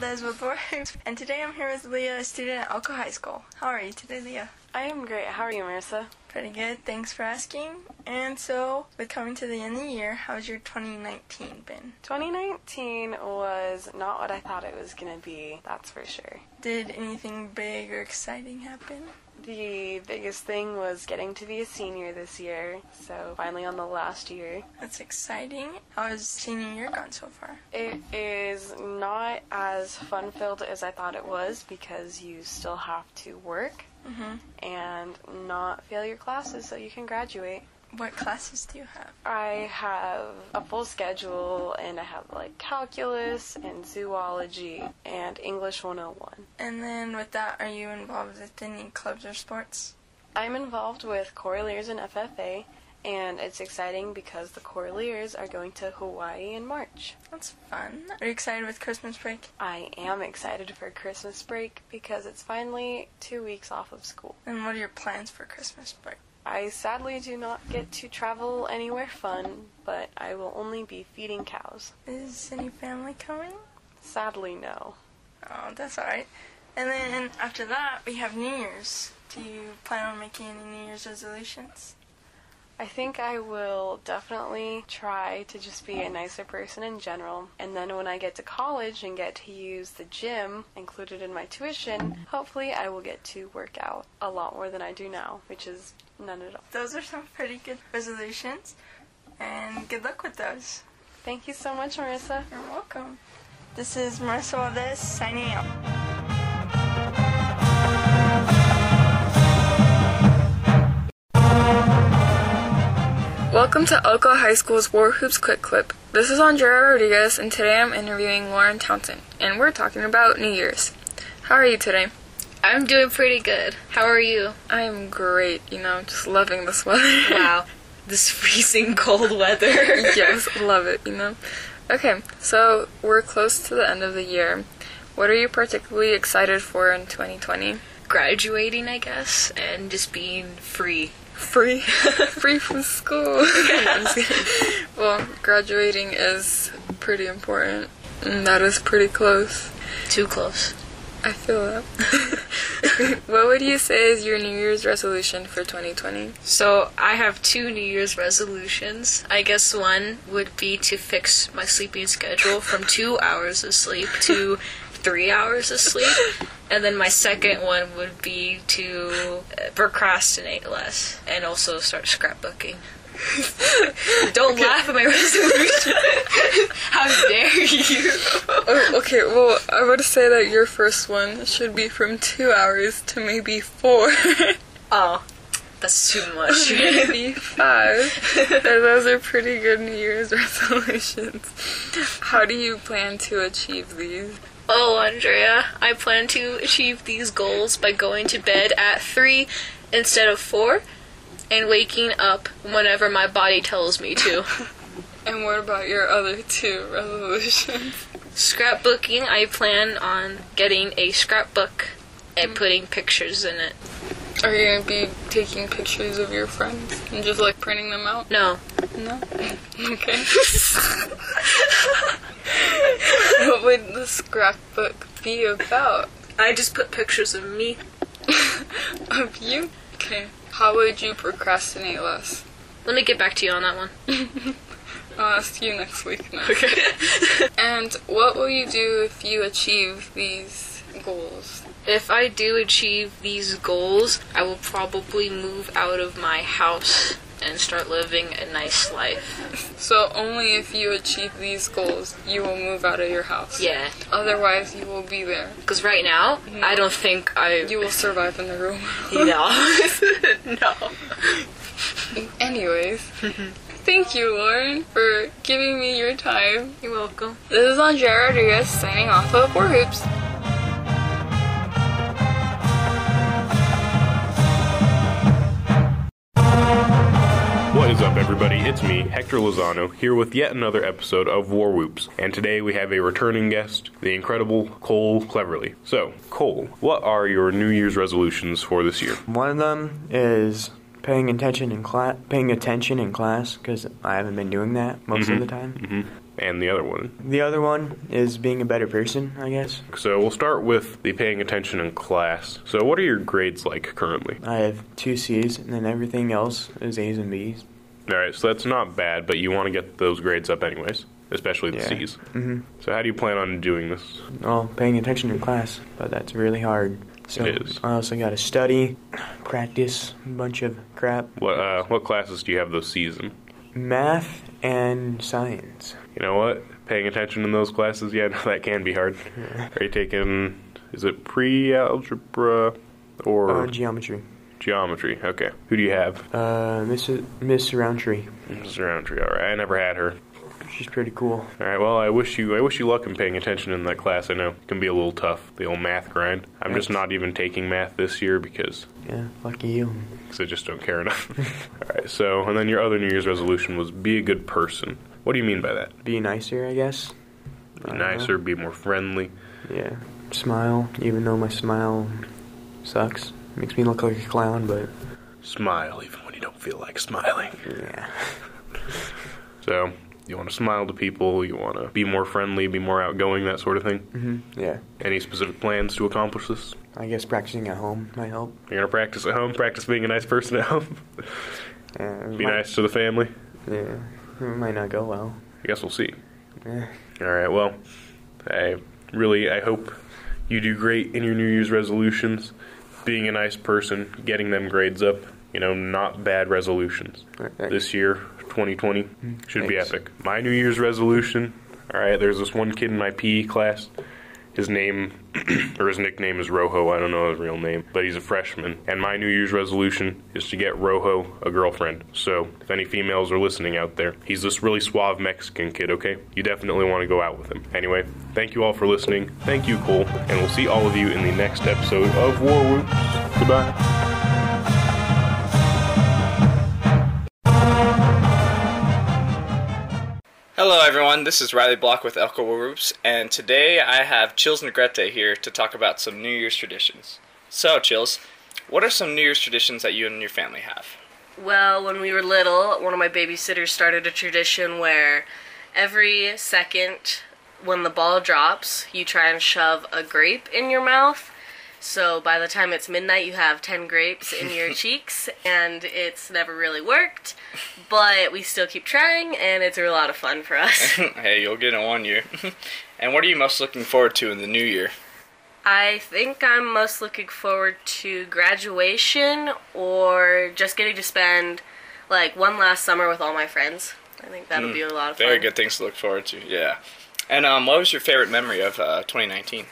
says before. and today I'm here with Leah, a student at Elko High School. How are you today, Leah? I am great. How are you, Marissa? Pretty good. Thanks for asking. And so, with coming to the end of the year, how's your 2019 been? 2019 was not what I thought it was going to be, that's for sure. Did anything big or exciting happen? The biggest thing was getting to be a senior this year, so finally on the last year. That's exciting. How has senior year gone so far? It is not as fun filled as I thought it was because you still have to work Mm-hmm. and not fail your classes so you can graduate. What classes do you have? I have a full schedule and I have like calculus and zoology and English 101. And then, with that, are you involved with any clubs or sports? I'm involved with Correliers and FFA, and it's exciting because the Correliers are going to Hawaii in March. That's fun. Are you excited with Christmas break? I am excited for Christmas break because it's finally two weeks off of school. And what are your plans for Christmas break? I sadly do not get to travel anywhere fun, but I will only be feeding cows. Is any family coming? Sadly, no. Oh, that's alright. And then after that, we have New Year's. Do you plan on making any New Year's resolutions? I think I will definitely try to just be a nicer person in general. And then when I get to college and get to use the gym included in my tuition, hopefully I will get to work out a lot more than I do now, which is none at all. Those are some pretty good resolutions, and good luck with those. Thank you so much, Marissa. You're welcome. This is Marissa Valdez signing out. Welcome to Elko High School's War Hoops Quick Clip. This is Andrea Rodriguez, and today I'm interviewing Lauren Townsend, and we're talking about New Year's. How are you today? I'm doing pretty good. How are you? I'm great, you know, just loving this weather. Wow. This freezing cold weather. yes, love it, you know. Okay, so we're close to the end of the year. What are you particularly excited for in 2020? Graduating, I guess, and just being free. Free, free from school. I'm just kidding. well, graduating is pretty important, and that is pretty close. Too close. I feel that. what would you say is your New Year's resolution for 2020? So, I have two New Year's resolutions. I guess one would be to fix my sleeping schedule from two hours of sleep to three hours of sleep. And then my second one would be to uh, procrastinate less and also start scrapbooking. Don't laugh at my resolution. How dare you? Oh, okay, well, I would say that your first one should be from two hours to maybe four, Oh, that's too much. maybe five. And those are pretty good New Year's resolutions. How do you plan to achieve these? oh, Andrea, I plan to achieve these goals by going to bed at 3 instead of 4 and waking up whenever my body tells me to. And what about your other two resolutions? Scrapbooking, I plan on getting a scrapbook and putting pictures in it. Mm. Are you gonna be taking pictures of your friends and just like printing them out? No, No. Okay. what would the scrapbook be about? I just put pictures of me. of you? Okay. How would you procrastinate less? Let me get back to you on that one. I'll ask you next week now. Okay. and what will you do if you achieve these goals? If I do achieve these goals, I will probably move out of my house and start living a nice life. So only if you achieve these goals, you will move out of your house. Yeah, Otherwise, you will be there. because right now, I don't think I. You will survive in the room. no. no. Anyways, thank you, Lauren, for giving me your time. You're welcome. This is Andrea Rodriguez signing off of Four Hoops. What is up, everybody? It's me, Hector Lozano, here with yet another episode of War Whoops. And today we have a returning guest, the incredible Cole Cleverly. So, Cole, what are your New Year's resolutions for this year? One of them is Mm-hmm. paying attention in class, paying attention in class because I haven't been doing that most of the time. and the other one. The other one is being a better person, I guess. So we'll start with the paying attention in class. So what are your grades like currently? I have two C's, and then everything else is A's and B's. All right, so that's not bad, but you want to get those grades up anyways, especially the Yeah. C's. Mm-hmm. So how do you plan on doing this? Well, paying attention in class, but that's really hard. So It is. I also got to study, practice a bunch of crap, What uh, what classes do you have those C's in? math and science. You know what? Paying attention in those classes, yeah, no, that can be hard. Are you taking? Is it pre-algebra or Uh, geometry. geometry? Okay. Who do you have? Uh, Miss Miss Roundtree. Mrs. Roundtree. All right, I never had her. She's pretty cool. All right. Well, I wish you I wish you luck in paying attention in that class. I know it can be a little tough, the old math grind. I'm just Thanks. not even taking math this year because Yeah, lucky you. because I just don't care enough. All right. So, and then your other New Year's resolution was be a good person. What do you mean by that? Be nicer, I guess. Be Uh, nicer, be more friendly. Yeah. Smile, even though my smile sucks. Makes me look like a clown, but Smile even when you don't feel like smiling. yeah. So, you want to smile to people, you want to be more friendly, be more outgoing, that sort of thing. hmm Yeah. Any specific plans to accomplish this? I guess practicing at home might help. You're going to practice at home, practice being a nice person at home, Uh, be might- nice to the family. Yeah. It might not go well. I guess we'll see. Yeah. All right, well, I really I hope you do great in your New Year's resolutions, being a nice person, getting them grades up. You know, not bad resolutions. Alright, thanks. This year, 2020, Mm-hmm. should be thanks. epic. My New Year's resolution. All right, there's this one kid in my PE class. His name or his nickname is Rojo. I don't know his real name, but he's a freshman. And my New Year's resolution is to get Rojo a girlfriend. So, if any females are listening out there, he's this really suave Mexican kid, okay? You definitely want to go out with him. Anyway, thank you all for listening. Thank you, Cole. And we'll see all of you in the next episode of War Whoops. Goodbye. Hello, everyone. This is Riley Block with Elko Whoops, and today I have Chills Negrete here to talk about some New Year's traditions. So, Chills, what are some New Year's traditions that you and your family have? Well, when we were little, one of my babysitters started a tradition where every second when the ball drops, you try and shove a grape in your mouth. So by the time it's midnight, you have 10 grapes in your cheeks, and it's never really worked, but we still keep trying, and it's a lot of fun for us. hey, you'll get in one year. and what are you most looking forward to in the new year? I think I'm most looking forward to graduation or just getting to spend like one last summer with all my friends. I think that'll be a lot of fun. Hmm. Very good things to look forward to. Yeah. And um, what was your favorite memory of uh, 2019?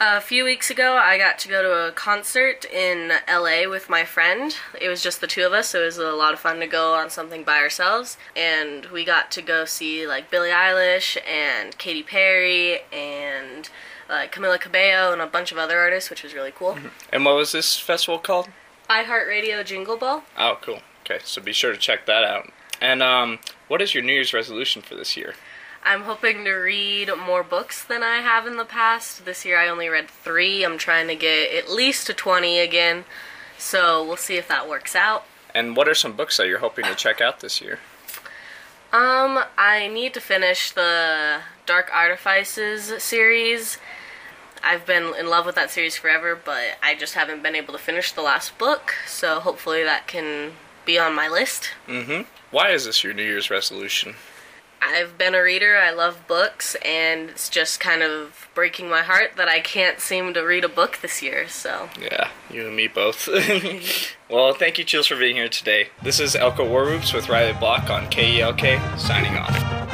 A few weeks ago, I got to go to a concert in LA with my friend. It was just the two of us, so it was a lot of fun to go on something by ourselves. And we got to go see like Billie Eilish and Katy Perry and like Camila Cabello and a bunch of other artists, which was really cool. And what was this festival called? iHeartRadio Jingle Ball. Oh, cool. Okay, so be sure to check that out. And um, what is your New Year's resolution for this year? I'm hoping to read more books than I have in the past. This year I only read three. I'm trying to get at least to 20 again, so we'll see if that works out. And what are some books that you're hoping to check out this year? Um, I need to finish the Dark Artifices series. I've been in love with that series forever, but I just haven't been able to finish the last book, so hopefully that can be on my list. Mm-hmm. Why is this your New Year's resolution? I've been a reader, I love books, and it's just kind of breaking my heart that I can't seem to read a book this year, so. Yeah, you and me both. well, thank you, Chills, for being here today. This is Elko Warwoops with Riley Block on KELK, signing off.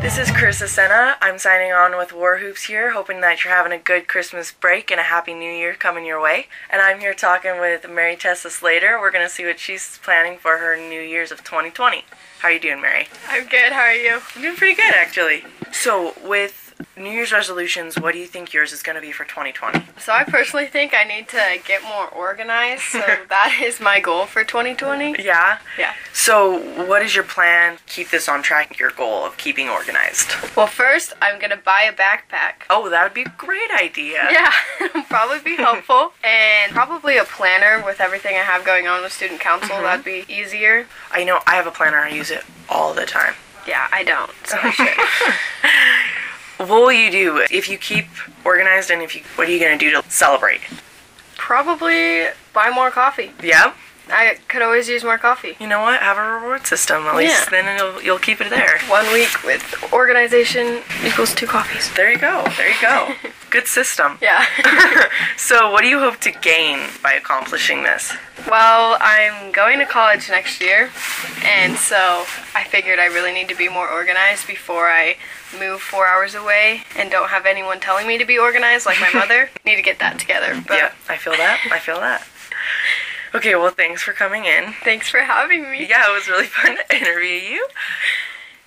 This is Chris Asena. I'm signing on with War Hoops here, hoping that you're having a good Christmas break and a happy new year coming your way. And I'm here talking with Mary Tessa Slater. We're going to see what she's planning for her New Year's of 2020. How are you doing, Mary? I'm good. How are you? I'm doing pretty good, actually. So, with New Year's resolutions, what do you think yours is going to be for 2020? So I personally think I need to get more organized. So that is my goal for 2020. Yeah. Yeah. So, what is your plan? Keep this on track, your goal of keeping organized. Well, first I'm gonna buy a backpack. Oh, that would be a great idea. Yeah, it'll probably be helpful, and probably a planner with everything I have going on with student council. That'd be easier. Mm-hmm. I know I have a planner, I use it all the time. Yeah, I don't. So I should. What will you do if you keep organized and if you what are you going to do to celebrate? probably buy more coffee. Yeah. I could always use more coffee. You know what? Have a reward system. At least Yeah. then you'll you'll keep it there. One week with organization equals two coffees. There you go. There you go. Good system. Yeah. So, what do you hope to gain by accomplishing this? well, I'm going to college next year, and so I figured I really need to be more organized before I move four hours away and don't have anyone telling me to be organized like my mother. need to get that together. But Yeah, I feel that. I feel that. Okay, well, thanks for coming in. thanks for having me. Yeah, it was really fun to interview you.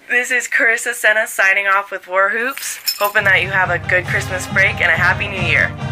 This is Carissa Senna signing off with War Hoops, hoping that you have a good Christmas break and a happy new year.